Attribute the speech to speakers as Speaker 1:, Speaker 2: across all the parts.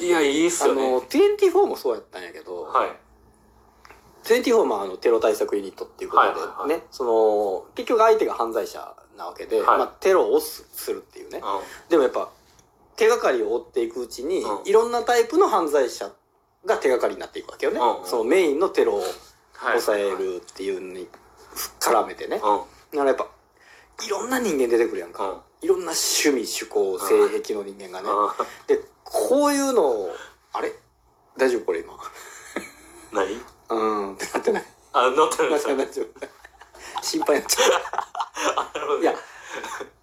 Speaker 1: いや、いいっ
Speaker 2: あ
Speaker 1: すよね。
Speaker 2: の、24もそうやったんやけど、
Speaker 1: はい。
Speaker 2: 24もあのテロ対策ユニットっていうことで、
Speaker 1: はいはいはい
Speaker 2: ね、その、結局相手が犯罪者なわけで、
Speaker 1: はい
Speaker 2: まあテロをすするっていうね。
Speaker 1: う
Speaker 2: でもやっぱ、手がかりを追っていくうちに、
Speaker 1: うん
Speaker 2: いろんなタイプの犯罪者が手がかりになっていくわけよね。
Speaker 1: うんうん
Speaker 2: そのメインのテロを
Speaker 1: ん。
Speaker 2: 抑え
Speaker 1: はい。
Speaker 2: るっていうのに絡めてね。だ
Speaker 1: うん。
Speaker 2: からやっぱ、いろんな人間出てくるやんか。
Speaker 1: うん。
Speaker 2: いろんな趣味、趣向、性癖の人間がね。
Speaker 1: あ
Speaker 2: で、こういうのを、あれ大丈夫これ今。
Speaker 1: ー何
Speaker 2: うん、ってなって ない。
Speaker 1: あ、乗ってるん
Speaker 2: な
Speaker 1: で
Speaker 2: っ
Speaker 1: す
Speaker 2: て
Speaker 1: よ。
Speaker 2: ない、大丈夫。心配になっちゃ
Speaker 1: あなるほど
Speaker 2: う。いや、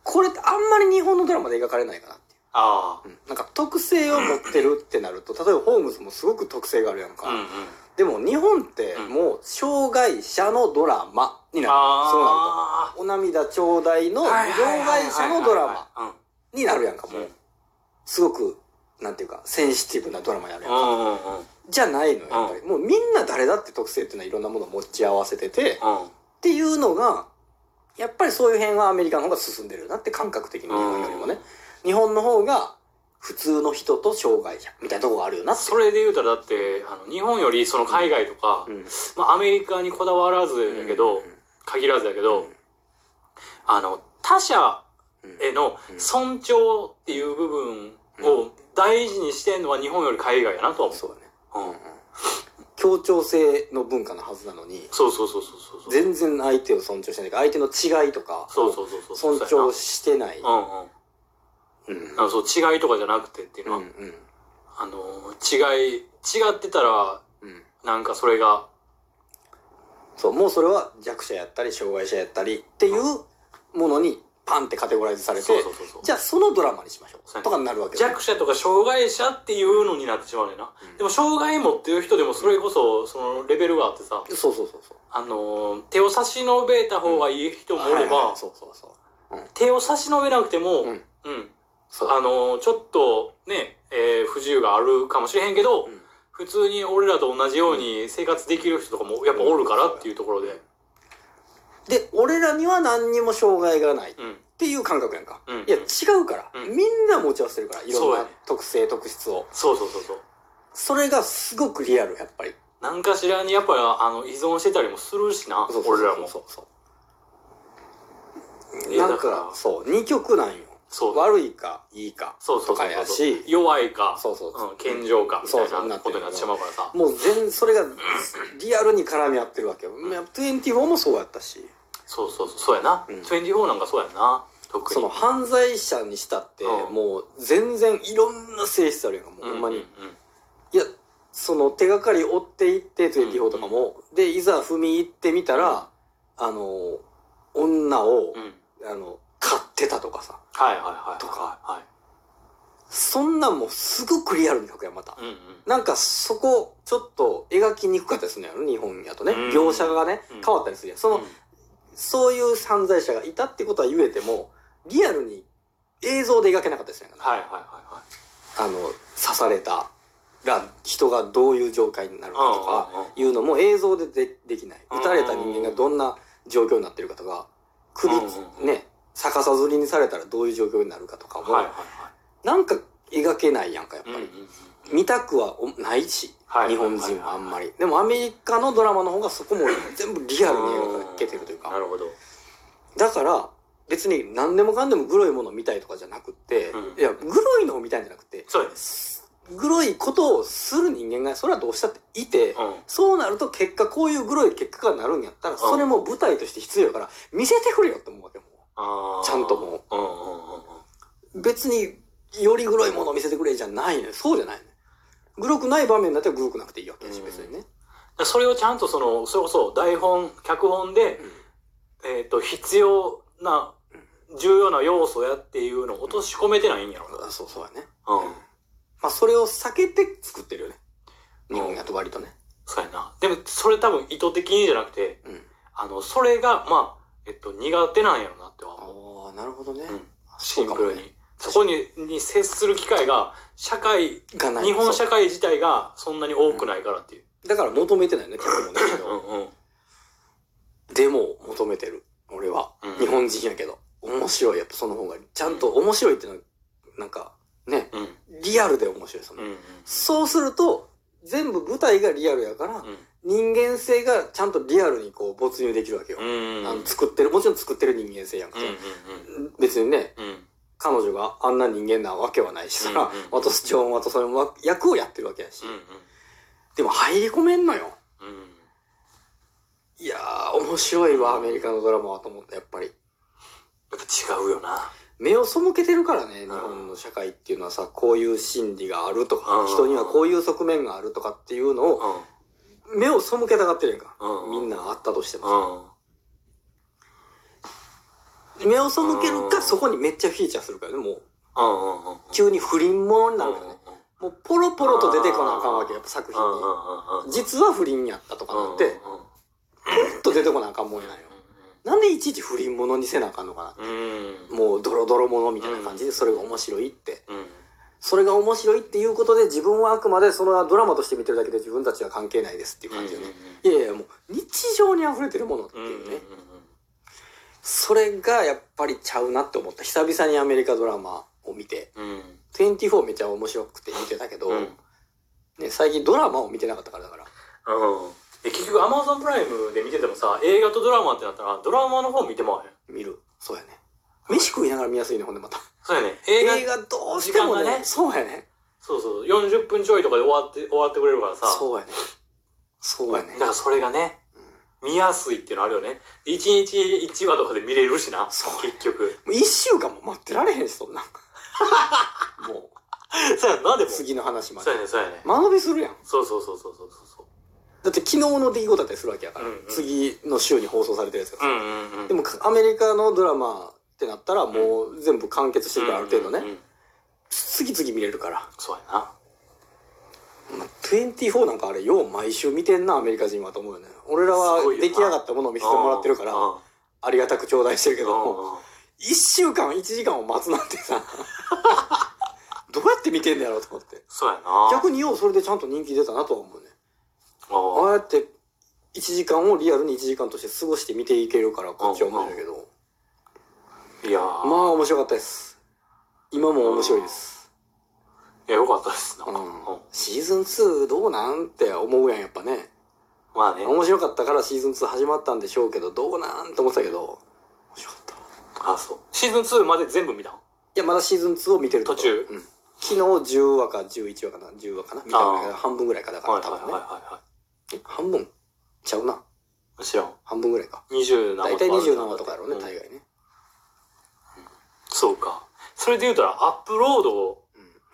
Speaker 2: これってあんまり日本のドラマで描かれないかなって
Speaker 1: あ
Speaker 2: いう。うん、なんか特性を持ってるってなると、例えばホームズもすごく特性があるやん
Speaker 1: あ。
Speaker 2: か。
Speaker 1: うんうん。
Speaker 2: でも日本って
Speaker 1: うん
Speaker 2: もう障害者のドラマになる。そうなる
Speaker 1: あ
Speaker 2: と。お涙頂戴の
Speaker 1: あ。
Speaker 2: 障害者のドラマ
Speaker 1: マ。うん。
Speaker 2: になるやんか、も
Speaker 1: う。
Speaker 2: うんすごく、なんていうか、センシティブなドラマになるやんか。
Speaker 1: うんうんうん。
Speaker 2: じゃないのよ、やっぱり。もうみんな誰だって特性っていうのはいろんなものを持ち合わせてて、っ
Speaker 1: うん。
Speaker 2: ていうのが、やっぱりそういう辺はアメリカの方が進んでるなって感覚的に日本よりもね。日本の方が普通の人と障害者みたいなとこがあるよなって
Speaker 1: それで言うたらだって、あの、日本よりその海外とか、
Speaker 2: うん。
Speaker 1: まあアメリカにこだわらずだけど、限らずだけど、あの、他者
Speaker 2: うん、
Speaker 1: への尊重っていう部分を大事にしてんのは日本より海外やなとは思う。
Speaker 2: そうだね。
Speaker 1: うん
Speaker 2: 協調性の文化のはずなのに、
Speaker 1: そうそうそうそうそうそう。
Speaker 2: 全然相手を尊重してないから、相手の違いとか、
Speaker 1: そうそうそうそう。
Speaker 2: 尊重してない。
Speaker 1: うんうん。
Speaker 2: うん。
Speaker 1: あの、そう、違いとかじゃなくてっていうの
Speaker 2: う
Speaker 1: は、
Speaker 2: ん。うん。
Speaker 1: あの、違い、違ってたら、
Speaker 2: うん。
Speaker 1: なんかそれが、
Speaker 2: そう、もうそれは弱者やったり、障害者やったりっていうものにパンってカテゴライズされて、
Speaker 1: そうそうそうそう。
Speaker 2: じゃあそのドラマにしましょ
Speaker 1: そ
Speaker 2: う。
Speaker 1: うやね
Speaker 2: とかになるわけよ
Speaker 1: 弱者とか障害者っていうのになってしまうねんな。
Speaker 2: うん
Speaker 1: でも、障害持ってる人でもそれこそ、そのレベルがあってさ、
Speaker 2: そうそうそうそう。
Speaker 1: あの、手を差し伸べた方がいい人もお
Speaker 2: はい
Speaker 1: れ
Speaker 2: はいは
Speaker 1: ば
Speaker 2: い、そうそうそう。
Speaker 1: 手を差し伸べなくても、
Speaker 2: う
Speaker 1: うんん。
Speaker 2: そう
Speaker 1: あの、ちょっとね、えー不自由があるかもしれへんけど、
Speaker 2: うん
Speaker 1: 普通に俺らと同じように生活できる人とかもやっぱおるからっていうところで。
Speaker 2: で、俺らには何にも障害がないっ
Speaker 1: うん。
Speaker 2: ていう感覚やんか。
Speaker 1: うん
Speaker 2: いや、違うから、
Speaker 1: うん
Speaker 2: みんな持ち合わせてるから、いろん
Speaker 1: そう
Speaker 2: な
Speaker 1: やね
Speaker 2: 特性、特質を。
Speaker 1: そうそうそうそう。
Speaker 2: それがすごくリアル、やっぱり。
Speaker 1: なんかしらにやっぱりあの依存してたりもするしな
Speaker 2: そう、そうそう
Speaker 1: 俺らも。
Speaker 2: そうそう。
Speaker 1: いや
Speaker 2: なん
Speaker 1: だか
Speaker 2: か、
Speaker 1: ら
Speaker 2: そう、二極なんよ。
Speaker 1: そう。
Speaker 2: 悪いか、いいか、
Speaker 1: そうそ
Speaker 2: と
Speaker 1: うそ
Speaker 2: か
Speaker 1: う
Speaker 2: や
Speaker 1: そう
Speaker 2: し。
Speaker 1: 弱いか、
Speaker 2: そうそうそう
Speaker 1: うん、健常かみた
Speaker 2: そうそ
Speaker 1: いう
Speaker 2: な
Speaker 1: な
Speaker 2: ってる
Speaker 1: ことになってしまうからさ。
Speaker 2: もう全それがリアルに絡み合ってるわけよ。いや24もそうやったし
Speaker 1: そうそうそう、そうやな。
Speaker 2: うん
Speaker 1: 24なんかそうやんな。特に。
Speaker 2: その犯罪者にしたって
Speaker 1: うん
Speaker 2: もう全然いろんな性質あるやんかもう
Speaker 1: うん、
Speaker 2: ほんまに、
Speaker 1: うん
Speaker 2: いやその手がかり追っていって24とかも、でいざ踏み入ってみたら、あの女を、
Speaker 1: うん。うん
Speaker 2: あの買ってたとかさ
Speaker 1: はいはいはい。
Speaker 2: とか
Speaker 1: は
Speaker 2: そんなんもすごくリアルに書くやんまた、
Speaker 1: い。うんうん。
Speaker 2: なんかそこちょっと描きにくかったりするのやろ日本やとね、
Speaker 1: うん
Speaker 2: 描写がね
Speaker 1: うん
Speaker 2: 変わったりするやんその、
Speaker 1: うん
Speaker 2: そういう犯罪者がいたってことは言えても、リアルに映像で描けなかったですよね。
Speaker 1: はいはいは
Speaker 2: あの、刺されたら、人がどういう状態になる
Speaker 1: い
Speaker 2: かと
Speaker 1: は
Speaker 2: か、
Speaker 1: い。うん
Speaker 2: いう
Speaker 1: うんうん
Speaker 2: のも映像ででできない。
Speaker 1: うん
Speaker 2: 撃たれた人間がどんな状況になってるかとか、首
Speaker 1: うんうん、うん
Speaker 2: ね、逆さずりにされたらどういう状況になるかとか
Speaker 1: はいはい
Speaker 2: も、なんか描けないやんか、やっぱ
Speaker 1: はい。うんうん
Speaker 2: り。
Speaker 1: うん
Speaker 2: 見たくはおないし
Speaker 1: は、い
Speaker 2: 日本人はあんまり。でもアメリカのドラマの方がそこも全部リアルに描けてるというか
Speaker 1: な。るほど。
Speaker 2: だから別に何でもかんでもグロいものを見たいとかじゃなくって、
Speaker 1: うん
Speaker 2: いやグロいのを見たいんじゃなくて
Speaker 1: そうやね。
Speaker 2: すグロいことをする人間がそれはどうしたっていて、
Speaker 1: うん。
Speaker 2: そうなると結果こういうグロい結果がなるんやったら
Speaker 1: ん
Speaker 2: それも舞台として必要やから見せてくれよって思うわけも
Speaker 1: あー
Speaker 2: ちゃんとも
Speaker 1: うんうんうんうん。
Speaker 2: う別によりグロいものを見せてくれじゃないのよそうじゃないのよグロくない場面だったらグロくなくていいわけやし
Speaker 1: うん
Speaker 2: 別にね、
Speaker 1: それをちゃんとその、それこそ台本、脚本で、えっ、と、必要な、重要な要素やっていうのを落とし込めてないんやろ
Speaker 2: あそうそうやね
Speaker 1: な。うん。
Speaker 2: まあそれを避けて作ってるよね日本やと割とね
Speaker 1: そうやな。でも、それ多分意図的にじゃなくて、
Speaker 2: うん
Speaker 1: あの、それが、まあ、えっと、苦手なんやろなっては思う。
Speaker 2: ああなるほどね、
Speaker 1: うんシ
Speaker 2: そう
Speaker 1: ン
Speaker 2: か
Speaker 1: プ
Speaker 2: も
Speaker 1: ル
Speaker 2: ね
Speaker 1: に。そこに、に接する機会が、社会、
Speaker 2: がない
Speaker 1: 日本
Speaker 2: そ
Speaker 1: 社会自体がそんなに多くないからっていう。
Speaker 2: うだから求めてないね結構ね
Speaker 1: うんうん。
Speaker 2: でも求めてる俺は、
Speaker 1: うん
Speaker 2: 日本人やけど面白いやっぱその方がちゃんと面白いってのはなんかね
Speaker 1: うん。
Speaker 2: リリアルで面白いですもん、
Speaker 1: うんうん
Speaker 2: そうすると、全部舞台がリアルやから、人間性がちゃんとリアルにこう没入できるわけよ。
Speaker 1: うんうん
Speaker 2: あの作ってる、もちろん作ってる人間性やんか、別にね、
Speaker 1: うんうん
Speaker 2: 彼女があんな人間なわけはないしさ、
Speaker 1: うんうん
Speaker 2: 私、ジョン・ワトソンは役をやってるわけやし、でも入り込めんのよ。
Speaker 1: うんうん
Speaker 2: いやー、面白いわ、アメリカのドラマはと思った、やっぱり。
Speaker 1: やっぱ違うよな
Speaker 2: 目を背けてるからね、日本の社会っていうのはさ、こういう心理があると
Speaker 1: う
Speaker 2: か
Speaker 1: ん、
Speaker 2: 人にはこういう側面があるとかっていうのを、
Speaker 1: う
Speaker 2: 目を背けたがってるやんか。
Speaker 1: うん
Speaker 2: みんなあったとしてもさ。
Speaker 1: んうん
Speaker 2: 目を背ける
Speaker 1: う
Speaker 2: か、
Speaker 1: ん
Speaker 2: そこにめっちゃフィーチャーするからね、もう。
Speaker 1: うんうんうんうん
Speaker 2: 急に不倫ものになるからね。
Speaker 1: う
Speaker 2: もうポロポロと出てこなあかんわけ、やっぱ作
Speaker 1: んうんうん
Speaker 2: 品
Speaker 1: うんうん
Speaker 2: に。実は不倫やったとかなって、
Speaker 1: うんうん
Speaker 2: ポッと出てこなあかんもんやないよ。なんでいちいち不倫ものにせなあかんのか
Speaker 1: うんうん
Speaker 2: な。もうドロドロものみたいな感じで、それが面白いって。
Speaker 1: うん
Speaker 2: それが面白いっていうことで自分はあくまでそのドラマとして見てるだけで自分たちは関係ないですっていう感じよね。いやいやもう日常に溢れてるものって
Speaker 1: うんうんうん
Speaker 2: いうね。それがやっぱりちゃうなって思った。久々にアメリカドラマを見て、
Speaker 1: うん
Speaker 2: 24めちゃ面白くて見てたけど、
Speaker 1: うん
Speaker 2: ね、最近ドラマを見てなかったからだから。
Speaker 1: うんえ結局アマゾンプライムで見ててもさ映画とドラマってなったらドラマの方見てまわへん
Speaker 2: 見る。そうやね。飯食いながら見やすいね、ほんでまた。
Speaker 1: そうやね
Speaker 2: 映
Speaker 1: 映画
Speaker 2: 画どうしても
Speaker 1: 時間が
Speaker 2: ね。
Speaker 1: ね
Speaker 2: そうやね。
Speaker 1: そうそう40分ちょいとかで終わって終わってくれるからさ
Speaker 2: そうやね。そうやね
Speaker 1: だ。からそれがね、見やすいっていうのあるよね。1日1話とかで見れるしな、
Speaker 2: そう
Speaker 1: 結局。
Speaker 2: もう一週間も待ってられへんし、そんなん。 も
Speaker 1: そうやな、で
Speaker 2: う、
Speaker 1: も。そう
Speaker 2: 次の話まで
Speaker 1: や。ね、そうやね。
Speaker 2: 間延びするやん。
Speaker 1: そうそうそうそうそうそう。
Speaker 2: だって昨日の出来事だったりするわけやから、
Speaker 1: うんうん
Speaker 2: 次の週に放送されてるやつが
Speaker 1: うんうんうん。
Speaker 2: でもアメリカのドラマってなったらもう全部完結してるからある程度ね、
Speaker 1: うんうんうん
Speaker 2: 次々見れるから、
Speaker 1: そうやな。
Speaker 2: まあ、24なんかあれよう毎週見てんなアメリカ人はと思うよね俺らは
Speaker 1: すごいよな
Speaker 2: 出来上がったものを見せてもらってるから
Speaker 1: うんうん
Speaker 2: ありがたく頂戴してるけど
Speaker 1: うん
Speaker 2: 1週間1時間を待つなんて さどうやって見てんだろうと思って
Speaker 1: そうやな。
Speaker 2: 逆にようそれでちゃんと人気出たなとは思うね
Speaker 1: う
Speaker 2: あ
Speaker 1: ん
Speaker 2: あやって1時間をリアルに1時間として過ごして見ていけるからこっちは面白いけど
Speaker 1: いや
Speaker 2: ま
Speaker 1: ー、
Speaker 2: あ面白かったです今も面白いです
Speaker 1: いや、よかったですな。
Speaker 2: う
Speaker 1: うんん
Speaker 2: シーズン2どうなんって思うやんやっぱね
Speaker 1: まあね、
Speaker 2: 面白かったからシーズン2始まったんでしょうけどどうなんって思ってたけど面白かったい
Speaker 1: あ、そう。シーズン2まで全部見たん
Speaker 2: やまだシーズン2を見てるところ
Speaker 1: 途中
Speaker 2: うん、昨日10話か11話かな10話かな見たぐらいかな
Speaker 1: あー
Speaker 2: 半分ぐらいかだから
Speaker 1: はい
Speaker 2: 多
Speaker 1: はいはい
Speaker 2: 分ね
Speaker 1: は。
Speaker 2: え半分ちゃうない
Speaker 1: 知らん。
Speaker 2: 半分ぐらいか
Speaker 1: 27
Speaker 2: 大
Speaker 1: 話
Speaker 2: 体
Speaker 1: あるな
Speaker 2: 27とかやろうね
Speaker 1: ん
Speaker 2: 大概ね
Speaker 1: そうか。それで言うたら、アップロードを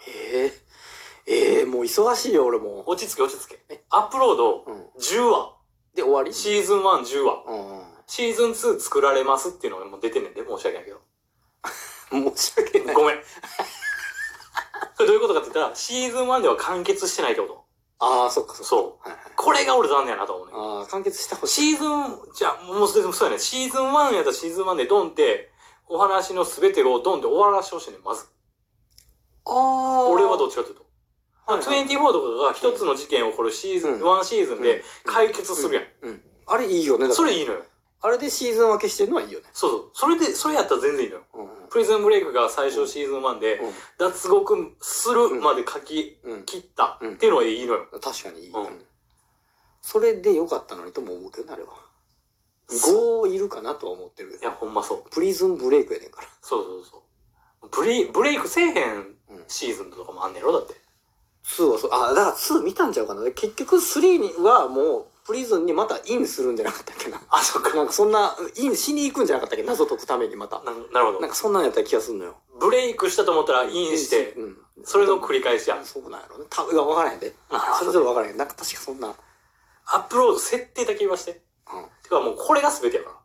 Speaker 2: ええええもう忙しいよ俺も
Speaker 1: 落ち着け落ち着け。アップロード
Speaker 2: うん
Speaker 1: 10話。
Speaker 2: で終わり
Speaker 1: シーズン110話。
Speaker 2: う
Speaker 1: シーズン2作られますっていうのがもう出てんねんで、申し訳ないけど。
Speaker 2: ん申し訳ない
Speaker 1: ごめん。 それどういうことかって言ったら、シーズン1では完結してないってこと。
Speaker 2: ああそっかそっか
Speaker 1: そ。
Speaker 2: はいはいう
Speaker 1: これが俺残念やなと思うねん。
Speaker 2: ああ完結してほしい
Speaker 1: シーズン、じゃあ、もうでもそうやね。シーズン1やったらシーズン1でドンって、お話の全てをドンって終わらせてほしいねん、まず。
Speaker 2: ああ
Speaker 1: 俺はどっちかというと。
Speaker 2: はいはい
Speaker 1: 24とかが一つの事件をこれシーズン、
Speaker 2: うん
Speaker 1: 1シーズンで解決するやん。
Speaker 2: うんあれいいよねだか
Speaker 1: そ
Speaker 2: ら
Speaker 1: れいいのよ。
Speaker 2: あれでシーズン分けしてるのはいいよね
Speaker 1: そうそう。それで、それやったら全然いいのよ。
Speaker 2: うん
Speaker 1: プリズンブレイクが最初シーズン1で、脱獄するまで書き
Speaker 2: うんうん
Speaker 1: 切ったっていうのはいいのよ。
Speaker 2: 確かにいい
Speaker 1: うん
Speaker 2: うんそれでよかったのにとも思うけどなあれは
Speaker 1: そ
Speaker 2: 5いるかなとは思ってるけ
Speaker 1: い
Speaker 2: ど
Speaker 1: や、ほんまそう。
Speaker 2: プリズンブレイクやねんから
Speaker 1: そうそうそう。ブレイブレイクせえへん
Speaker 2: うん
Speaker 1: シーズンとかもあんねやろだって。
Speaker 2: 2はそうあだから2見たんちゃうかなで結局3にはもうプリズンにまたインするんじゃなかったっけな
Speaker 1: あ、そっか。
Speaker 2: なんかそんなインしに行くんじゃなかったっけ謎解くためにまた
Speaker 1: ななるほ
Speaker 2: なん
Speaker 1: ど。
Speaker 2: かそんなんやった気がするのよ
Speaker 1: ブレイクしたと思ったらインして、
Speaker 2: うん、
Speaker 1: それの繰り返しや。
Speaker 2: そうなんやろね多分いや分からへんで
Speaker 1: あ
Speaker 2: それぞれ分からへんなんか確かそんな、うん、
Speaker 1: アップロード設定だけ言わして。てかもうこれが全てやから。